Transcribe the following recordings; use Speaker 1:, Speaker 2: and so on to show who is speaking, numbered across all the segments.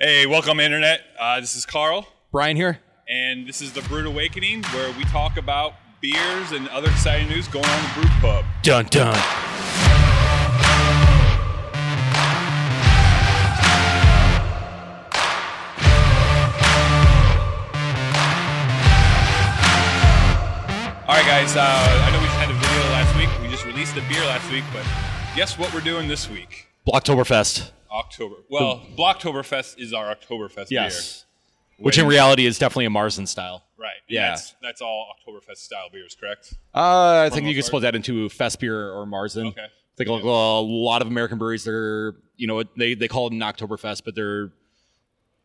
Speaker 1: Hey, welcome, Internet. Uh, this is Carl,
Speaker 2: Brian here.
Speaker 1: and this is The Brewed Awakening, where we talk about beers and other exciting news going on in the brew pub.
Speaker 2: Dun dun.
Speaker 1: All right, guys, uh, I know we just had a video last week. We just released a beer last week, but guess what we're doing this week?
Speaker 2: Blocktoberfest.
Speaker 1: October. Well, Blocktoberfest is our Oktoberfest
Speaker 2: Yes.
Speaker 1: beer.
Speaker 2: Which in
Speaker 1: When-
Speaker 2: reality is definitely a Marzen style.
Speaker 1: Right. and
Speaker 2: Yeah.
Speaker 1: That's, that's all Oktoberfest style beers, correct?
Speaker 2: Uh, I think
Speaker 1: most
Speaker 2: you can
Speaker 1: part.
Speaker 2: split that into fest beer or Marzen.
Speaker 1: Okay.
Speaker 2: I think like a lot of American breweries, they're, you know, they, they call it an Oktoberfest, but they're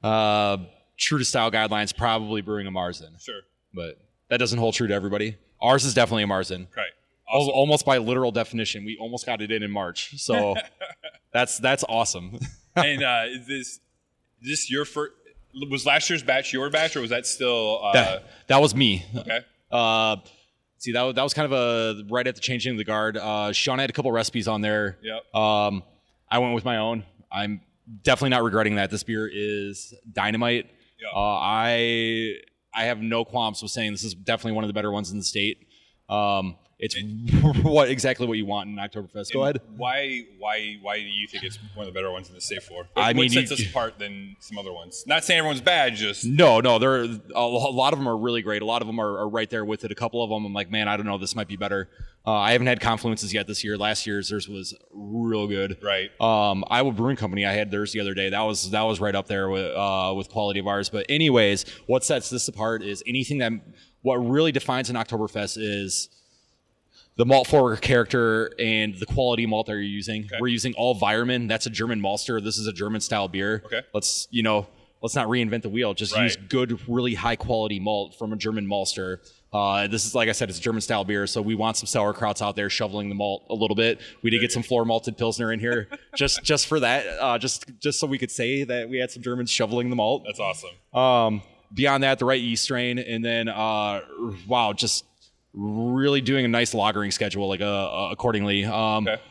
Speaker 2: uh, true to style guidelines, probably brewing a Marzen.
Speaker 1: Sure.
Speaker 2: But that doesn't hold true to everybody. Ours is definitely a Marzen.
Speaker 1: Right.
Speaker 2: Al- Almost by literal definition, we almost got it in in March. So that's that's awesome.
Speaker 1: and uh, is this, is this your first? Was last year's batch your batch, or was that still? Uh,
Speaker 2: that, that was me.
Speaker 1: Okay.
Speaker 2: Uh, see, that, wa- that was kind of a right at the changing of the guard. Uh, Sean had a couple recipes on there.
Speaker 1: Yep.
Speaker 2: Um, I went with my own. I'm definitely not regretting that. This beer is dynamite.
Speaker 1: Yeah.
Speaker 2: Uh, I I have no qualms with saying this is definitely one of the better ones in the state. Um, it's what exactly what you want in Oktoberfest. Go
Speaker 1: And
Speaker 2: ahead.
Speaker 1: Why, why, why do you think it's one of the better ones in the state for?
Speaker 2: I
Speaker 1: what
Speaker 2: mean,
Speaker 1: sets
Speaker 2: you-
Speaker 1: us apart than some other ones? Not saying everyone's bad, just
Speaker 2: No, no, there are a lo- a lot of them are really great. A lot of them are, are right there with it. A couple of them, I'm like, man, I don't know, this might be better. Uh, I haven't had confluences yet this year. Last year's theirs was real good.
Speaker 1: right.
Speaker 2: Um, Iowa Brewing Company, I had theirs the other day. That was that was right up there with uh, with quality of ours. But anyways, what sets this apart is anything that what really defines an Oktoberfest is the malt forward character and the quality malt that you're using. We're using all Weirman. That's a German maltster. This is a German style beer.
Speaker 1: Okay.
Speaker 2: Let's you know, let's not reinvent the wheel. Just
Speaker 1: Right.
Speaker 2: use good, really high quality malt from a German maltster. Uh, this is like I said, it's a German style beer, so we want some sauerkrauts out there shoveling the malt a little bit. We did get some floor malted pilsner in here just just for that, uh, just just so we could say that we had some Germans shoveling the malt.
Speaker 1: That's awesome.
Speaker 2: Um, beyond that, the right yeast strain, and then uh, wow, just really doing a nice lagering schedule like uh, uh, accordingly. Um,
Speaker 1: Okay.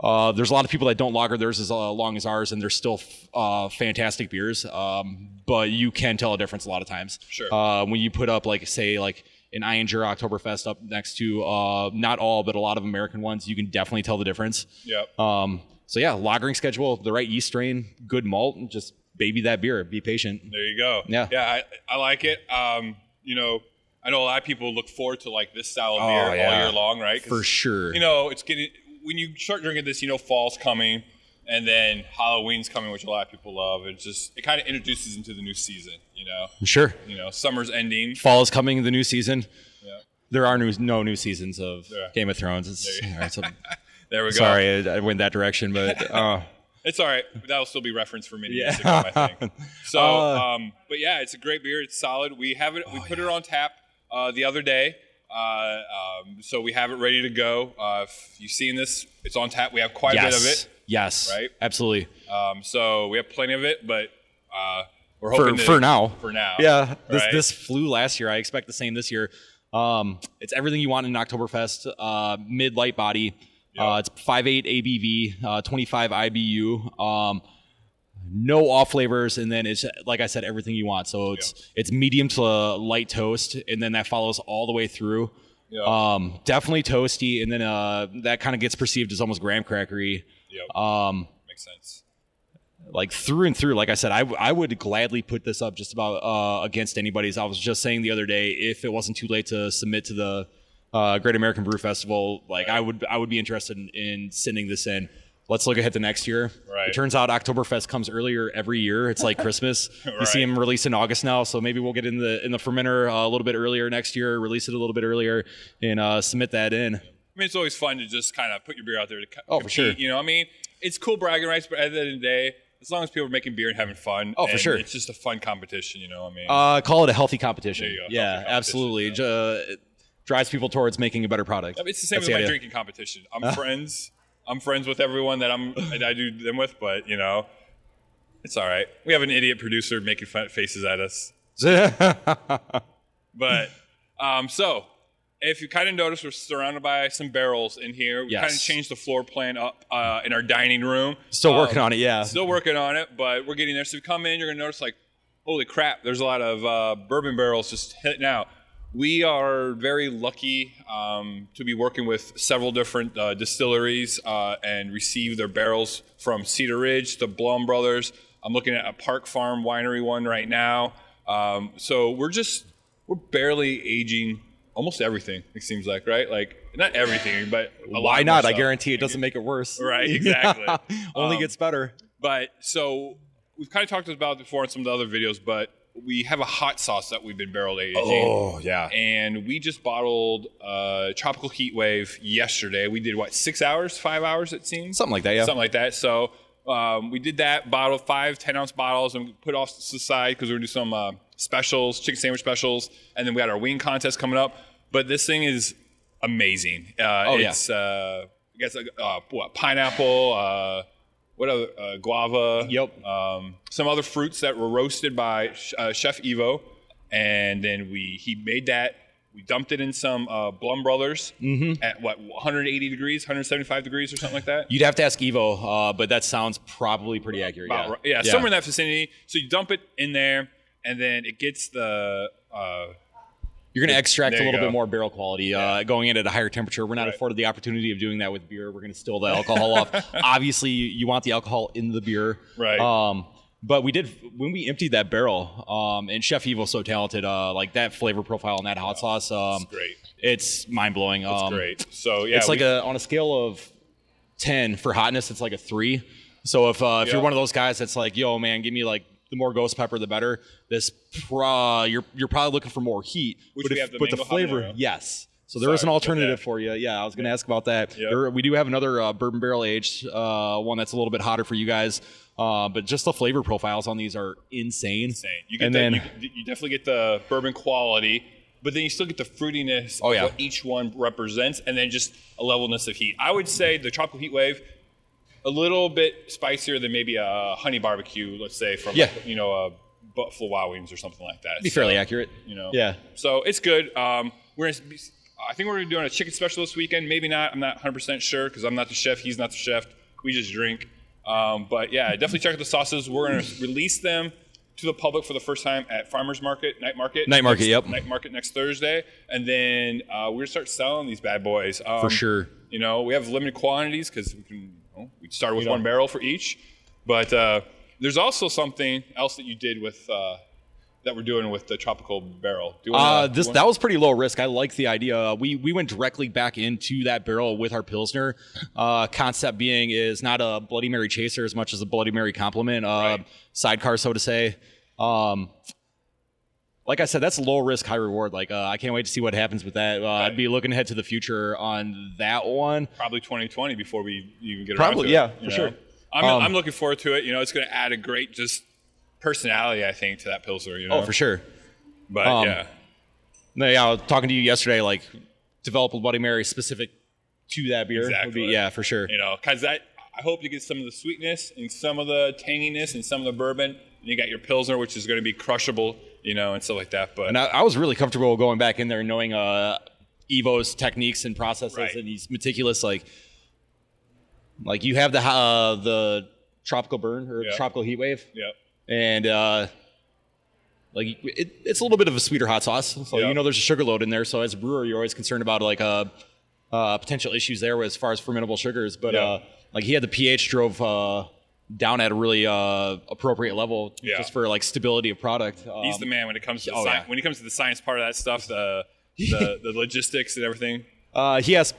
Speaker 2: uh, there's a lot of people that don't lager theirs as uh, long as ours, and they're still f- uh, fantastic beers. Um, but you can tell a difference a lot of times.
Speaker 1: Sure.
Speaker 2: Uh, when you put up like say like an Iinger Oktoberfest up next to uh, not all, but a lot of American ones, you can definitely tell the difference.
Speaker 1: Yep.
Speaker 2: Um, so yeah, lagering schedule, the right yeast strain, good malt, and just baby that beer. Be patient.
Speaker 1: There you go.
Speaker 2: Yeah.
Speaker 1: Yeah, I, I like it. Um, you know, I know a lot of people look forward to like this style of
Speaker 2: Oh,
Speaker 1: beer all
Speaker 2: yeah.
Speaker 1: year long, right? 'Cause,
Speaker 2: For sure.
Speaker 1: You know, it's getting when you start drinking this, you know, fall's coming, and then Halloween's coming, which a lot of people love. It's just it kind of introduces into the new season. You know,
Speaker 2: sure.
Speaker 1: you know, summer's ending.
Speaker 2: Fall is coming, the new season.
Speaker 1: Yeah.
Speaker 2: There are new, no new seasons of
Speaker 1: Yeah.
Speaker 2: Game of Thrones. It's, it's a-
Speaker 1: There we go.
Speaker 2: sorry, I, I went that direction, but uh,
Speaker 1: It's all right. That'll still be reference for many
Speaker 2: Yeah.
Speaker 1: years to come, I think. So,
Speaker 2: Uh.
Speaker 1: um, but yeah, it's a great beer. It's solid. We have it. We
Speaker 2: Oh,
Speaker 1: put it on tap uh, the other day, uh, um, so we have it ready to go. Uh, if you've seen this, it's on tap. We have quite a bit of
Speaker 2: yes,
Speaker 1: it,
Speaker 2: yes,
Speaker 1: Right?
Speaker 2: absolutely.
Speaker 1: um, so we have plenty of it. But uh, we're
Speaker 2: For
Speaker 1: hoping to-
Speaker 2: for now,
Speaker 1: For now,
Speaker 2: yeah. This
Speaker 1: Right.
Speaker 2: this flew last year. I expect the same this year. Um, it's everything you want in an Oktoberfest. Uh, mid light body. Uh, it's 5.8 ABV, uh, 25 IBU. Um, no off flavors, and then it's like I said, everything you want. So it's it's medium to light toast, and then that follows all the way through.
Speaker 1: Yeah.
Speaker 2: Um, definitely toasty, and then uh, that kind of gets perceived as almost graham crackery.
Speaker 1: Yep,
Speaker 2: Um,
Speaker 1: makes sense.
Speaker 2: like through and through like i said i, w- I would gladly put this up just about uh, against anybody's i was just saying the other day if it wasn't too late to submit to the uh, great american brew festival like i would i would be interested in, in sending this in let's look ahead to next year
Speaker 1: Right.
Speaker 2: it turns out oktoberfest comes earlier every year it's like christmas you see
Speaker 1: Right.
Speaker 2: them release in august now so maybe we'll get in the in the fermenter uh, a little bit earlier next year release it a little bit earlier and uh, submit that in
Speaker 1: I mean, it's always fun to just kind of put your beer out there to co-
Speaker 2: Oh, for
Speaker 1: compete,
Speaker 2: sure.
Speaker 1: You know, I mean, it's cool bragging rights, but at the end of the day, as long as people are making beer and having fun,
Speaker 2: Oh, for
Speaker 1: and
Speaker 2: sure.
Speaker 1: it's just a fun competition. You know, I mean,
Speaker 2: uh, call it a healthy competition
Speaker 1: There you go, healthy
Speaker 2: yeah
Speaker 1: competition,
Speaker 2: absolutely
Speaker 1: yeah.
Speaker 2: Ju- it drives people towards making a better product
Speaker 1: I mean, it's the same with
Speaker 2: That's the
Speaker 1: my
Speaker 2: idea. Uh-huh.
Speaker 1: drinking competition. I'm friends. I'm friends with everyone that I'm that I do them with, but you know, it's all right. We have an idiot producer making fun faces at us,
Speaker 2: yeah,
Speaker 1: but um, so if you kind of notice, we're surrounded by some barrels in here. We kind of
Speaker 2: Yes.
Speaker 1: changed the floor plan up uh, in our dining room.
Speaker 2: Still
Speaker 1: Um,
Speaker 2: working on it, yeah.
Speaker 1: Still working on it, but we're getting there. So if you come in, you're gonna notice like, holy crap, there's a lot of uh, bourbon barrels just hitting out. We are very lucky um, to be working with several different uh, distilleries uh, and receive their barrels from Cedar Ridge to Blum Brothers. I'm looking at a Park Farm winery one right now. Um, so we're just we're barely aging almost everything. It seems like right, like not everything, but a lot
Speaker 2: Why
Speaker 1: more
Speaker 2: not? I
Speaker 1: stuff.
Speaker 2: guarantee it doesn't make it worse.
Speaker 1: Right, exactly.
Speaker 2: Only
Speaker 1: Um,
Speaker 2: gets better.
Speaker 1: But so we've kind of talked about it before in some of the other videos, but we have a hot sauce that we've been barrel aging.
Speaker 2: yeah.
Speaker 1: And we just bottled uh, Tropical Heat Wave yesterday. We did what, six hours, five hours, it seems?
Speaker 2: Something like that, yeah.
Speaker 1: Something like that. So um, we did that bottle, five 10 ounce bottles, and we put off to the side because we are going to do some uh, specials, chicken sandwich specials. And then we got our wing contest coming up. But this thing is amazing. Uh,
Speaker 2: Oh, yeah.
Speaker 1: it's, uh, I guess, like, uh, what, pineapple, uh, what other, uh, guava.
Speaker 2: Yep.
Speaker 1: Um, some other fruits that were roasted by Sh- uh, Chef Evo. And then we he made that. We dumped it in some uh, Blum Brothers
Speaker 2: Mm-hmm.
Speaker 1: at what 180 degrees, 175 degrees, or something like that.
Speaker 2: You'd have to ask Evo, uh, but that sounds probably pretty accurate.
Speaker 1: About
Speaker 2: Yeah.
Speaker 1: right- yeah, somewhere in that vicinity. So you dump it in there, and then it gets the. Uh,
Speaker 2: You're going to extract a
Speaker 1: There you
Speaker 2: little
Speaker 1: go.
Speaker 2: bit more barrel quality uh, going in at a higher temperature. We're not
Speaker 1: Right.
Speaker 2: afforded the opportunity of doing that with beer. We're going to still the alcohol off. Obviously, you, you want the alcohol in the beer.
Speaker 1: Right.
Speaker 2: Um, but we did when we emptied that barrel, um, and Chef Evil's so talented. Uh, like that flavor profile and that hot sauce, um,
Speaker 1: great.
Speaker 2: it's mind blowing.
Speaker 1: It's
Speaker 2: Um,
Speaker 1: great. So yeah,
Speaker 2: it's like
Speaker 1: we-
Speaker 2: a on a scale of 10 for hotness it's like a 3 so if uh, if you're
Speaker 1: Yeah.
Speaker 2: one of those guys that's like yo man give me like the more ghost pepper the better this pro you're you're probably looking for more heat
Speaker 1: Which
Speaker 2: but,
Speaker 1: we have
Speaker 2: if-
Speaker 1: the
Speaker 2: but the
Speaker 1: mango
Speaker 2: flavor
Speaker 1: habanero.
Speaker 2: yes so there is an
Speaker 1: Sorry about that.
Speaker 2: alternative for you yeah i was going to ask about that
Speaker 1: Yeah.
Speaker 2: There- we do have another uh, bourbon barrel aged uh, one that's a little bit hotter for you guys uh, but just the flavor profiles on these are insane
Speaker 1: insane. You get
Speaker 2: and
Speaker 1: the,
Speaker 2: then
Speaker 1: you, you definitely get the bourbon quality, but then you still get the fruitiness
Speaker 2: Oh, yeah.
Speaker 1: of what each one represents, and then just a levelness of heat. I would say the tropical heat wave, a little bit spicier than maybe a honey barbecue, let's say from
Speaker 2: Yeah.
Speaker 1: you know a Buffalo Wild Wings or something like that.
Speaker 2: be
Speaker 1: So,
Speaker 2: fairly accurate
Speaker 1: you know.
Speaker 2: yeah
Speaker 1: So it's good. Um, we're gonna, be- I think we're gonna be doing a chicken special this weekend. Maybe not. I'm not 100 percent sure because I'm not the chef. He's not the chef. We just drink. Um, but yeah, definitely check out the sauces. We're gonna release them to the public for the first time at Farmers Market, Night Market,
Speaker 2: Night Market,
Speaker 1: next-
Speaker 2: yep.
Speaker 1: Night Market next Thursday, and then uh, we're gonna start selling these bad boys um,
Speaker 2: for sure
Speaker 1: You know, we have limited quantities because we can. You know, we start with
Speaker 2: You
Speaker 1: one
Speaker 2: don't-
Speaker 1: barrel for each, but uh, there's also something else that you did with. Uh, that we're doing with the tropical barrel. Do you wanna-
Speaker 2: Uh,
Speaker 1: do you
Speaker 2: this
Speaker 1: wanna-
Speaker 2: that was pretty low risk. I like the idea. Uh, We we went directly back into that barrel with our pilsner. Uh, concept being is not a Bloody Mary chaser as much as a Bloody Mary compliment. Uh,
Speaker 1: Right.
Speaker 2: Sidecar, so to say. Um, like I said, that's low risk, high reward. Like uh, I can't wait to see what happens with that. Uh, I'd be looking ahead to the future on that one.
Speaker 1: probably 2020 before we even get around
Speaker 2: Probably,
Speaker 1: to it,
Speaker 2: yeah,
Speaker 1: you
Speaker 2: for
Speaker 1: know?
Speaker 2: sure.
Speaker 1: I'm,
Speaker 2: Um,
Speaker 1: I'm looking forward to it. You know, it's going to add a great just personality, I think, to that pilsner. You know,
Speaker 2: Oh, for sure.
Speaker 1: But
Speaker 2: um,
Speaker 1: yeah,
Speaker 2: No, yeah, I was talking to you yesterday. Like develop a Bloody Mary specific to that beer. would be-
Speaker 1: Exactly.
Speaker 2: yeah, for sure.
Speaker 1: you know, because I I hope you get some of the sweetness and some of the tanginess and some of the bourbon, and you got your pilsner, which is going to be crushable, you know, and stuff like that. But
Speaker 2: And I, I was really comfortable going back in there and knowing uh, Evo's techniques and processes,
Speaker 1: Right.
Speaker 2: and he's meticulous. Like, like you have the uh, the tropical burn or
Speaker 1: Yeah.
Speaker 2: tropical heat wave,
Speaker 1: yeah,
Speaker 2: and uh, like it, it's a little bit of a sweeter hot sauce. So
Speaker 1: Yeah.
Speaker 2: you know there's a sugar load in there. So as a brewer, you're always concerned about like uh, uh, potential issues there as far as fermentable sugars. But
Speaker 1: Yeah.
Speaker 2: uh, like he had the pH drove. Uh, down at a really uh, appropriate level,
Speaker 1: Yeah.
Speaker 2: just for like stability of product.
Speaker 1: he's
Speaker 2: Um,
Speaker 1: the man when it comes to the
Speaker 2: oh,
Speaker 1: sci-
Speaker 2: yeah.
Speaker 1: when it comes to the science part of that stuff, the the, the logistics and everything.
Speaker 2: Uh, he asked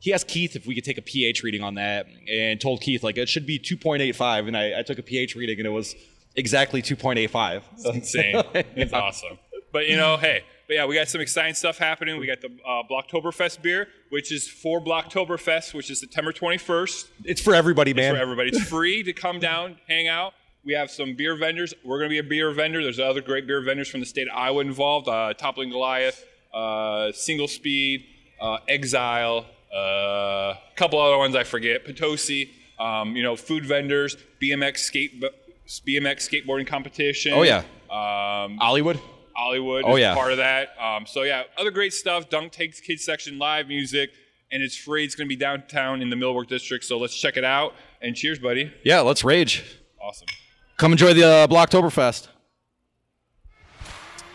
Speaker 2: he asked Keith if we could take a pH reading on that, and told Keith like it should be 2.85, and I, I took a pH reading and it was exactly 2.85.
Speaker 1: insane. It's awesome. But you know, hey, but yeah, we got some exciting stuff happening. We got the uh, Blocktoberfest beer, which is for Blocktoberfest, which is September 21st
Speaker 2: It's for everybody, man.
Speaker 1: for everybody. It's free to come down, hang out. We have some beer vendors. We're going to be a beer vendor. There's other great beer vendors from the state of Iowa involved uh, Toppling Goliath, uh, Single Speed, uh, Exile, uh, a couple other ones I forget, Potosi, um, you know, food vendors, BMX, skate, BMX skateboarding competition.
Speaker 2: Oh, yeah.
Speaker 1: Um,
Speaker 2: Hollywood.
Speaker 1: Hollywood
Speaker 2: Oh,
Speaker 1: is
Speaker 2: yeah.
Speaker 1: part of that. Um, so yeah, other great stuff. Dunk takes kids section live music, and it's free. It's going to be downtown in the Millwork district. So let's check it out. And cheers, buddy.
Speaker 2: Yeah, let's rage.
Speaker 1: Awesome.
Speaker 2: Come enjoy the uh, Blocktoberfest.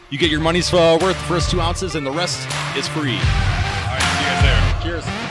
Speaker 2: You get your money's uh, worth the first two ounces, and the rest is free.
Speaker 1: All right, see you guys there.
Speaker 2: Cheers.